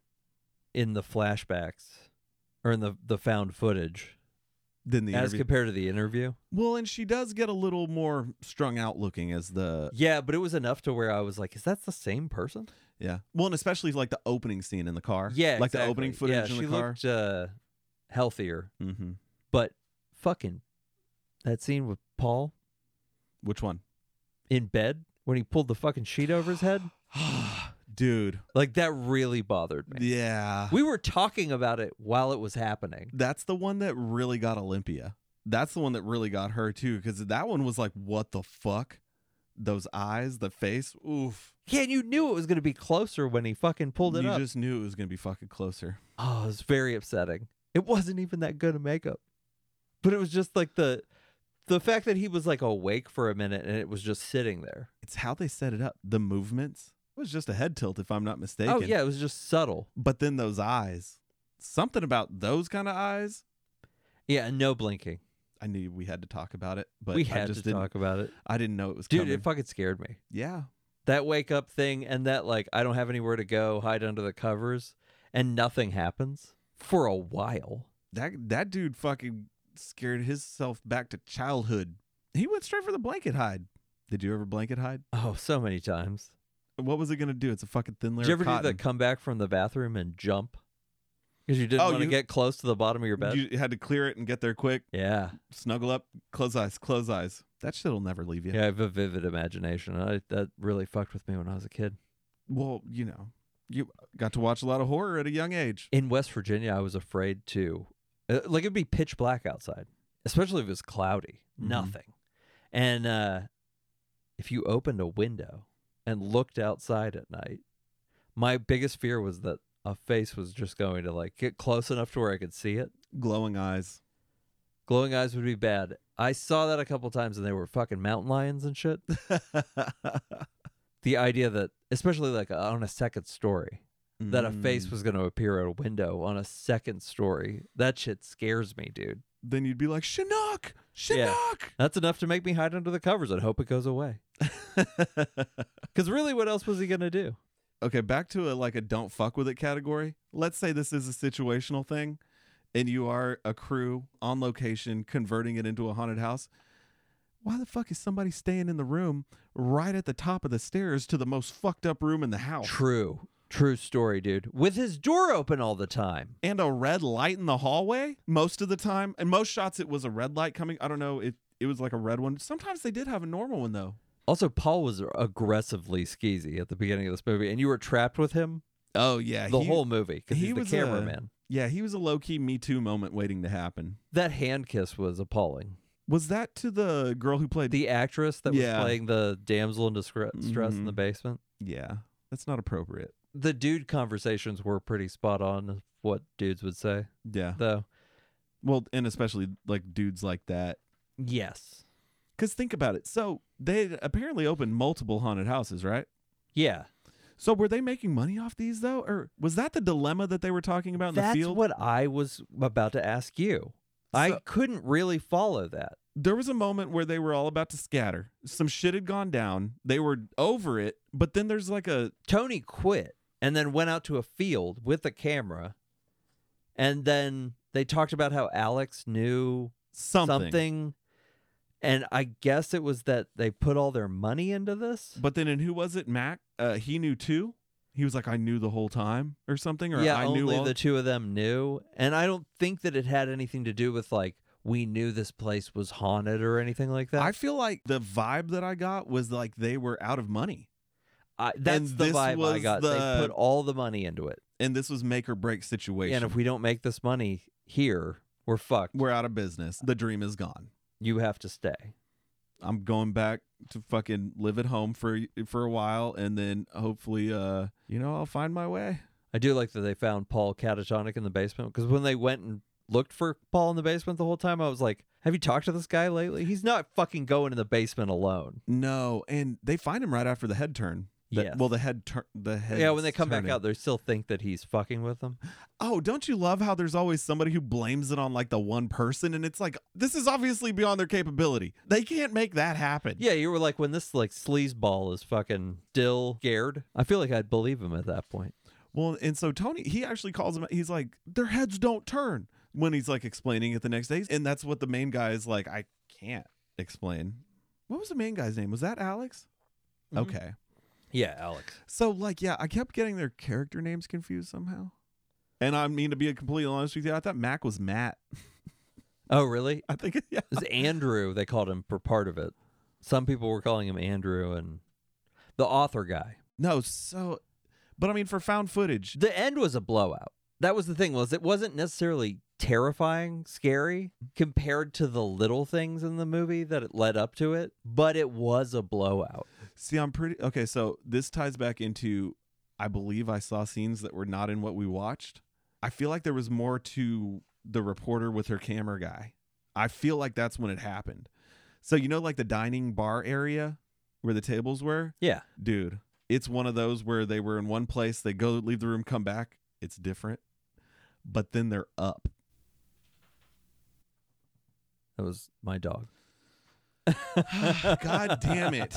in the flashbacks or in the, the found footage
Then the
as
interview-
compared to the interview.
well, and she does get a little more strung out looking as the
Yeah, but it was enough to where I was like, is that the same person?
yeah. Well, and especially like the opening scene in the car.
Yeah,
like the
exactly.
opening
Yeah,
footage
she
in the car.
looked uh, healthier,
mm-hmm.
but fucking that scene with Paul
Which one?
in bed when he pulled the fucking sheet over his head,
Dude.
like that really bothered me.
Yeah.
We were talking about it while it was happening.
That's the one that really got Olympia. That's the one that really got her too, because that one was like, what the fuck? Those eyes, the face, oof.
Yeah, and you knew it was going to be closer when he fucking pulled it
you
up.
just knew it was gonna be fucking closer.
Oh, it was very upsetting. It wasn't even that good of makeup, but it was just like the the fact that he was like awake for a minute and it was just sitting there.
It's how they set it up. The movements. It was just a head tilt, if I'm not mistaken.
Oh yeah, it was just subtle.
But then those eyes. Something about those kind of eyes.
Yeah, and no blinking.
I knew we had to talk about it, but
we
I
had
just
to
didn't.
talk about it,
I didn't know it was
dude.
coming.
It fucking scared me.
yeah,
That wake up thing and that like I don't have anywhere to go, hide under the covers, and nothing happens for a while.
that that dude fucking scared himself back to childhood. He went straight for the blanket hide. Did you ever blanket hide?
Oh, so many times.
What was it gonna do? It's a fucking thin layer.
Did you ever
of cotton.
do the come back from the bathroom and jump because you didn't
Oh,
want to
you-
get close to the bottom of your bed?
You had to clear it and get there quick.
yeah.
Snuggle up, close eyes, close eyes. That shit'll never leave you.
Yeah, I have a vivid imagination. and I, that really fucked with me when I was a kid.
Well, you know, you got to watch a lot of horror at a young age.
In West Virginia, I was afraid to, uh, like, it'd be pitch black outside, especially if it was cloudy,
Mhm.
nothing. And uh, if you opened a window and looked outside at night, my biggest fear was that a face was just going to, like, get close enough to where I could see it.
Glowing eyes.
Glowing eyes would be bad. I saw that a couple times and they were fucking mountain lions and shit. The idea that, especially like uh, on a second story, that a face
Mm.
was going to appear at a window on a second story. That shit scares me, dude.
Then you'd be like, Chinook! Chinook!
That's enough to make me hide under the covers and hope it goes away. Because really, what else was he going to do?
okay, back to a like a don't fuck with it category. Let's say this is a situational thing and you are a crew on location converting it into a haunted house. Why the fuck is somebody staying in the room right at the top of the stairs to the most fucked up room in the house?
True. True story, dude. With his door open all the time.
and a red light in the hallway most of the time. In most shots, it was a red light coming. I don't know. It it was like a red one. Sometimes they did have a normal one though.
Also, Paul was aggressively skeezy at the beginning of this movie, and you were trapped with him
Oh yeah,
the
he-
whole movie because
he
he's the
was, uh,
cameraman.
yeah. He was a low key Me Too moment waiting to happen.
That hand kiss was appalling.
Was that to the girl who played?
The actress that was
Yeah.
playing the damsel in distress in the
Mhm.
basement.
yeah, that's not appropriate.
the dude conversations were pretty spot on of what dudes would say
Yeah.
though
Well, and especially like dudes like that.
yes
Because think about it. So they apparently opened multiple haunted houses, right?
yeah
So were they making money off these though, or was that the dilemma that they were talking about in
that's
the field?
what i was about to ask you i
So-
couldn't really follow that
there was a moment where they were all about to scatter. Some shit had gone down. They were over it, but then there's like a
tony quit and then went out to a field with a camera and then they talked about how alex knew
something.
and i guess it was that they put all their money into this
But then and who was it? Mac. Uh, he knew too. He was like, I knew the whole time or something, or
yeah,
I
only
knew all.
the two of them knew, and I don't think that it had anything to do with like we knew this place was haunted or anything like that.
I feel like the vibe that I got was like they were out of money,
I- that's
and
the vibe
this
I
was
got.
the-
They put all the money into it,
and this was make or break situation.
and if we don't make this money here, we're fucked.
we're out of business, the dream is gone.
you have to stay.
I'm going back to fucking live at home for for a while, and then hopefully, uh, you know, I'll find my way.
I do like that they found Paul catatonic in the basement because when they went and looked for Paul in the basement the whole time, I was like, "Have you talked to this guy lately? He's not fucking going in the basement alone."
No, and they find him right after the head turn. That,
Yes.
Well, the head tur- the head.
yeah, when they come back out, they still think that he's fucking with them.
Oh, don't you love how there's always somebody who blames it on like the one person, and it's like this is obviously beyond their capability. They can't make that happen.
Yeah, you were like, when this like sleazeball is fucking still scared, I feel like I'd believe him at that point.
Well, and so Tony, he actually calls him. He's like, their heads don't turn when he's like explaining it the next day, and that's what the main guy is like. I can't explain. What was the main guy's name? Was that Alex?
Mhm.
Okay.
Yeah, Alex.
So like, yeah, I kept getting their character names confused somehow. And I mean to be completely honest with you, I thought Mac was Matt.
Oh, really?
I think yeah.
It was Andrew, they called him for part of it. Some people were calling him Andrew and the author guy.
No, so but I mean for found footage.
The end was a blowout. That was the thing was it wasn't necessarily terrifying, scary compared to the little things in the movie that it led up to it, but it was a blowout.
See, I'm pretty okay. So this ties back into, I believe I saw scenes that were not in what we watched. I feel like there was more to the reporter with her camera guy. I feel like that's when it happened. So you know, like the dining bar area where the tables were,
Yeah.
dude. It's one of those where they were in one place, they go leave the room, come back. It's different, but then they're up.
That was my dog.
Oh, God damn it,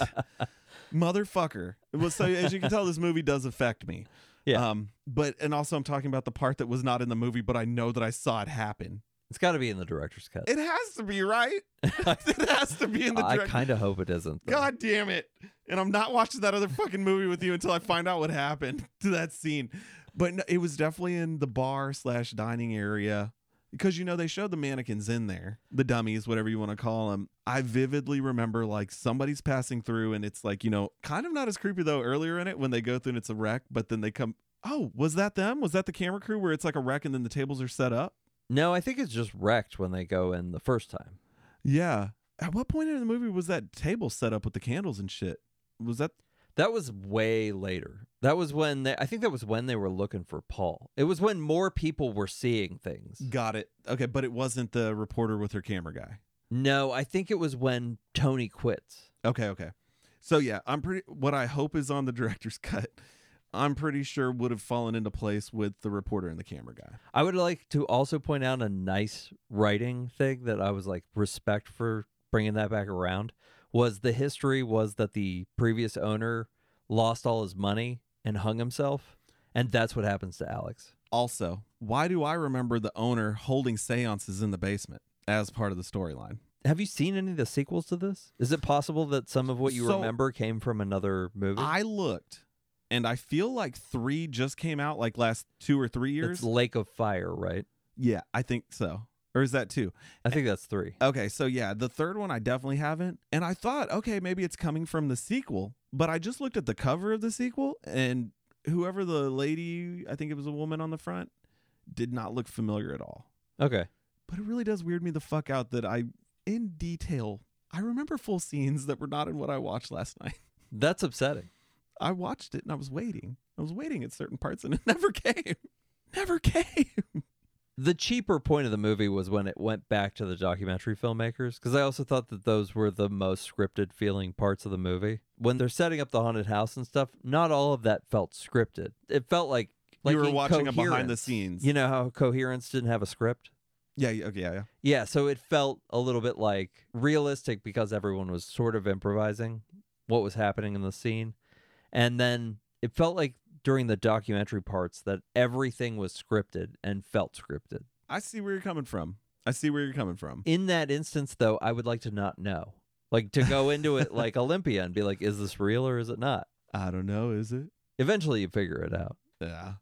motherfucker! Well, so as you can tell, this movie does affect me.
Yeah.
Um. But and also, I'm talking about the part that was not in the movie, but I know that I saw it happen.
It's got to be in the director's cut.
It has to be right. it has to be in the
Oh, I
direct.
kind of hope it isn't. though.
God damn it! And I'm not watching that other fucking movie with you until I find out what happened to that scene. But no, it was definitely in the bar slash dining area because you know they showed the mannequins in there, the dummies, whatever you want to call them. I vividly remember like somebody's passing through, and it's like you know, kind of not as creepy though. Earlier in it, when they go through and it's a wreck, but then they come. Oh, was that them? Was that the camera crew where it's like a wreck and then the tables are set up?
No, I think it's just wrecked when they go in the first time.
Yeah. At what point in the movie was that table set up with the candles and shit? Was that
That was way later. That was when they, I think that was when they were looking for Paul. It was when more people were seeing things.
Got it. Okay, but it wasn't the reporter with her camera guy.
No, I think it was when Tony quits.
Okay, okay. So yeah, I'm pretty what I hope is on the director's cut. I'm pretty sure would have fallen into place with the reporter and the camera guy.
I would like to also point out a nice writing thing that I was like respect for bringing that back around was the history was that the previous owner lost all his money and hung himself and that's what happens to Alex.
Also, why do I remember the owner holding séances in the basement as part of the storyline?
Have you seen any of the sequels to this? Is it possible that some of what you
So-
remember came from another movie?
I looked and I feel like 3 just came out like last 2 or 3
It's
years.
Lake of Fire, right?
yeah, I think so. Or is that 2?
I think that's three.
Okay, so yeah, the third one I definitely haven't. And I thought, okay, maybe it's coming from the sequel, but I just looked at the cover of the sequel and whoever the lady, I think it was a woman on the front, did not look familiar at all.
Okay.
But it really does weird me the fuck out that I in detail, I remember full scenes that were not in what I watched last night.
That's upsetting.
I watched it and I was waiting. I was waiting at certain parts and it never came. Never came.
The cheaper point of the movie was when it went back to the documentary filmmakers, because I also thought that those were the most scripted feeling parts of the movie. When they're setting up the haunted house and stuff, not all of that felt scripted. It felt like, like
you were watching a behind the
incoherence.
scenes.
You know how coherence didn't have a script?
yeah, yeah, okay, yeah, yeah.
Yeah, so it felt a little bit like realistic because everyone was sort of improvising what was happening in the scene. And then it felt like during the documentary parts that everything was scripted and felt scripted.
I see where you're coming from. I see where you're coming from.
In that instance, though, I would like to not know. Like to go into it like Olympia and be like, is this real or is it not?
I don't know, is it?
Eventually you figure it out.
Yeah.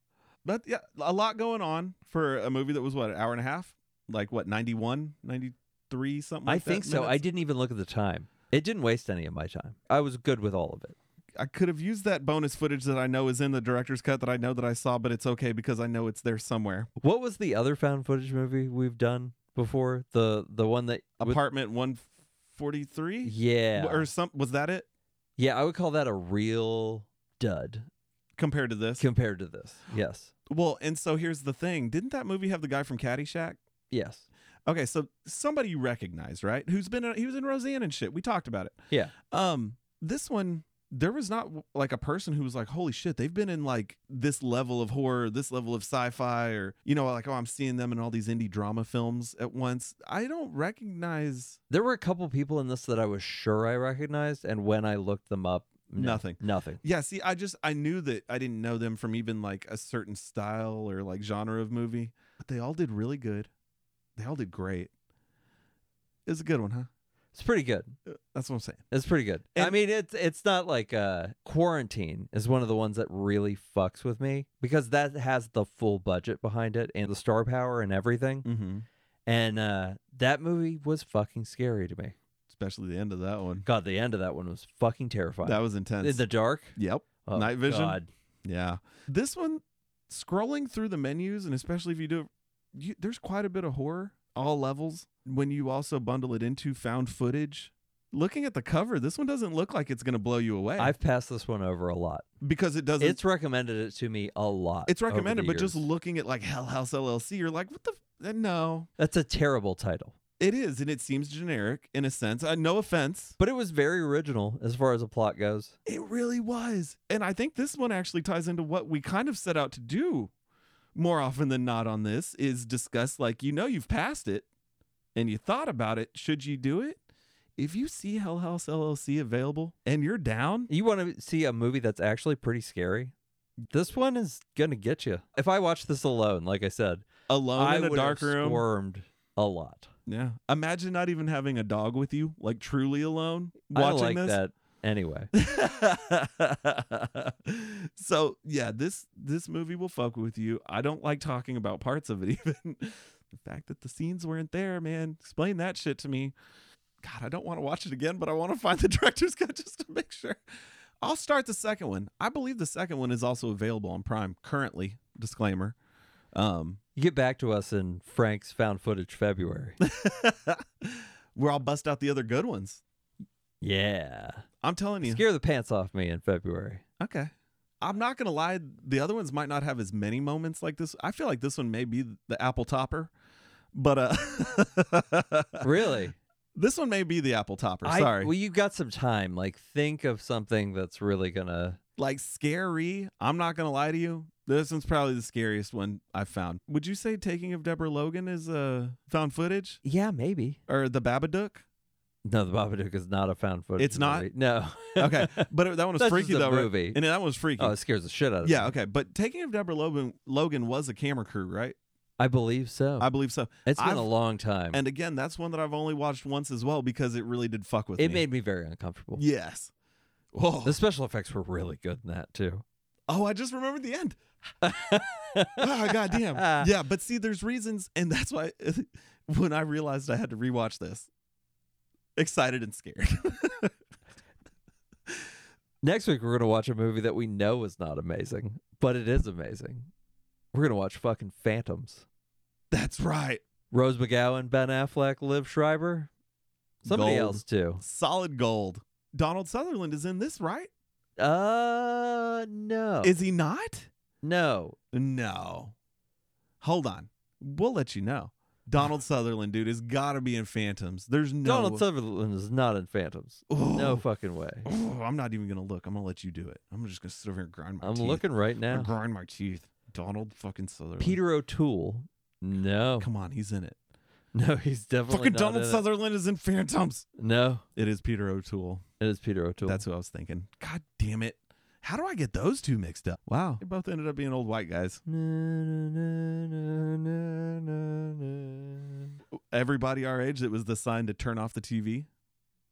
But yeah, a lot going on for a movie that was what, an hour and a half? Like what, 91, 93, something
I
like that?
think so. I
minutes?
didn't even look at the time. It didn't waste any of my time. I was good with all of it.
I could have used that bonus footage that I know is in the director's cut that I know that I saw, but it's okay because I know it's there somewhere.
What was the other found footage movie we've done before? The the one that with-
Apartment 143?
Yeah.
Or some was that it
yeah, I would call that a real dud
compared to this?
compared to this. Yes.
well, and so here's the thing. Didn't that movie have the guy from Caddyshack?
Yes.
Okay, so somebody uh, you recognize, right? Who's been he was in Roseanne and shit. We talked about it.
Yeah.
Um, this one there was not like a person who was like, holy shit, they've been in like this level of horror, this level of sci fi, or, you know, like, oh, I'm seeing them in all these indie drama films at once. I don't recognize
There were a couple people in this that I was sure I recognized, and when I looked them up, no,
Nothing.
nothing.
Yeah, see, I just I knew that I didn't know them from even like a certain style or like genre of movie, but they all did really good. They all did great. It was a good one, huh?
It's pretty good.
That's what I'm saying.
It's pretty good. I
And-
mean, it's it's not like uh, quarantine is one of the ones that really fucks with me because that has the full budget behind it and the star power and everything.
Mm-hmm.
And uh, that movie was fucking scary to me.
Especially the end of that one.
God, the end of that one was fucking terrifying.
That was intense.
in the dark, Oh,
yep. Night vision?
God.
Yeah. This one, scrolling through the menus, and especially if you do, you, there's quite a bit of horror, all levels. When you also bundle it into found footage, looking at the cover, this one doesn't look like it's going to blow you away.
I've passed this one over a lot.
because it doesn't.
It's recommended it to me a lot.
It's
over the
recommended, but just
years.
looking at like Hell House LLC, you're like, what the? F-? No,
that's a terrible title.
it is, and it seems generic in a sense. Uh, no offense,
But it was very original as far as the plot goes.
it really was, and I think this one actually ties into what we kind of set out to do more often than not on this is discuss like you know you've passed it and you thought about it. Should you do it? If you see Hell House LLC available and you're down,
You want to see a movie that's actually pretty scary? This one is gonna get you. If I watched this alone, like I said,
alone
I
in a
would
dark
have
room,
squirmed a lot.
yeah. Imagine not even having a dog with you, like truly alone,
I don't
watching
like that
this.
anyway.
so yeah, this this movie will fuck with you. I don't like talking about parts of it even. the fact that the scenes weren't there, man. Explain that shit to me. God, I don't want to watch it again, but I want to find the director's cut just to make sure. I'll start the second one. I believe the second one is also available on Prime currently. Disclaimer. Um,
You get back to us in Frank's found footage February.
where I'll bust out the other good ones.
yeah,
I'm telling you.
scare the pants off me in February.
Okay. I'm not gonna lie, the other ones might not have as many moments like this. I feel like this one may be the apple topper, but uh
Really?
this one may be the apple topper.
I-
Sorry.
well, you've got some time. Like, think of something that's really gonna.
like scary. I'm not gonna lie to you. This one's probably the scariest one I've found. Would you say taking of Deborah Logan is uh found footage?
Yeah, maybe.
Or the Babadook?
No, the Babadook is not a found footage.
It's not?
movie. No.
Okay. But it- that one was
That's
freaky
just a
though, right?
movie.
And that one was freaky.
Oh, it scares the shit out of me.
yeah, okay. But taking of Deborah Logan Logan was a camera crew, right?
I believe so.
I believe so.
it's been
I've-
a long time.
And again, that's one that I've only watched once as well because it really did fuck with
it
me.
made me very uncomfortable.
yes. Oh,
The special effects were really good in that too.
oh, I just remembered the end. oh, goddamn. Yeah, but see, there's reasons, and that's why when I realized I had to rewatch this, excited and scared.
Next week we're gonna watch a movie that we know is not amazing, but it is amazing. We're gonna watch fucking Phantoms.
that's right.
Rose McGowan, Ben Affleck, Liv Schreiber, somebody
Gold.
else too.
Solid gold. Donald Sutherland is in this, right?
Uh, no,
Is he not?
no.
No. Hold on. We'll let you know. Donald Sutherland, dude, has got to be in Phantoms. There's no.
Donald Sutherland is not in Phantoms. No
Oh.
fucking way.
Oh, I'm not even gonna look. I'm gonna let you do it. I'm just gonna sit over here and grind my
I'm
teeth.
looking right
I
now.
grind my teeth. Donald fucking Sutherland.
Peter O'Toole. No,
Come on, he's in it.
no, he's definitely
fucking
not
Donald
in it.
Sutherland is in Phantoms.
No,
It is Peter O'Toole.
it is Peter O'Toole.
That's who I was thinking. God damn it. How do I get those two mixed up? Wow. They both ended up being old white guys.
Na, na, na, na, na, na.
Everybody our age that was the sign to turn off the TV.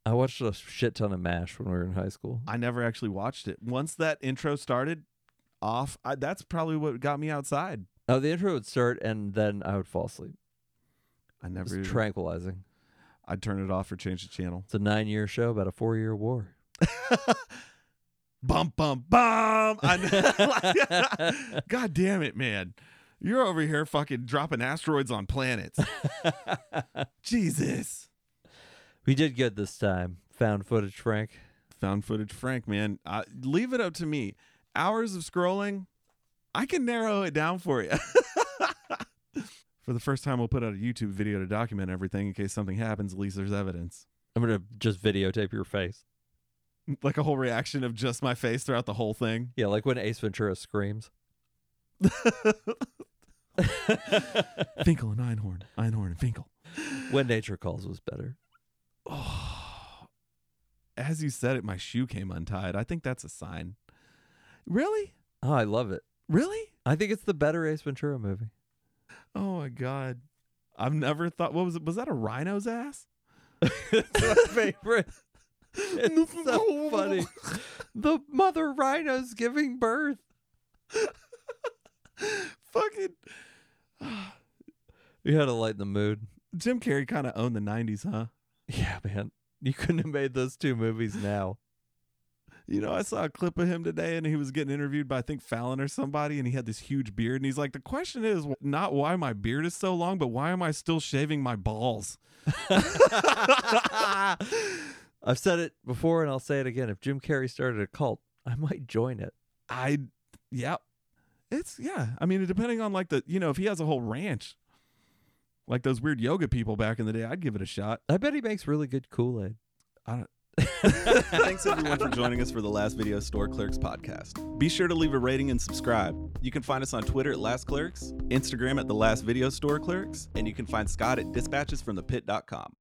I watched a shit ton of MASH when we were in high school.
I never actually watched it. Once that intro started off, I, that's probably what got me outside.
Oh, the intro would start and then I would fall asleep.
I
It's
never
tranquilizing.
I'd turn it off or change the channel.
It's a nine year show about a four year war.
bum bum bum. I know. Like, God damn it, man. You're over here fucking dropping asteroids on planets. Jesus.
We did good this time. Found footage, Frank.
Found footage Frank, man. I, leave it up to me. Hours of scrolling, I can narrow it down for you. for the first time, we'll put out a YouTube video to document everything in case something happens. At least there's evidence.
I'm going to just videotape your face.
like a whole reaction of just my face throughout the whole thing.
Yeah, like when Ace Ventura screams.
Finkel and Einhorn, Einhorn and Finkel.
when Nature Calls was better.
Oh, as you said it, my shoe came untied. I think that's a sign. Really?
Oh, I love it.
Really?
I think it's the better Ace Ventura movie.
Oh my god. I've never thought what was it? Was that a rhino's ass?
It's my favorite. It's so funny. The mother rhino's giving birth.
Fucking
You had to lighten the mood.
Jim Carrey kind of owned the 90s, huh?
Yeah, man. You couldn't have made those two movies now.
You know, I saw a clip of him today and he was getting interviewed by I think Fallon or somebody and he had this huge beard and he's like the question is not why my beard is so long but why am I still shaving my balls?
I've said it before and I'll say it again. If Jim Carrey started a cult, I might join it.
I yeah. It's yeah. I mean, depending on like the, you know, if he has a whole ranch like those weird yoga people back in the day, I'd give it a shot.
I bet he makes really good Kool Aid.
Thanks everyone for joining us for the Last Video Store Clerks podcast. Be sure to leave a rating and subscribe. You can find us on Twitter at Last Clerks, Instagram at the Last Video Store Clerks, and you can find Scott at dispatchesfromthepit.com.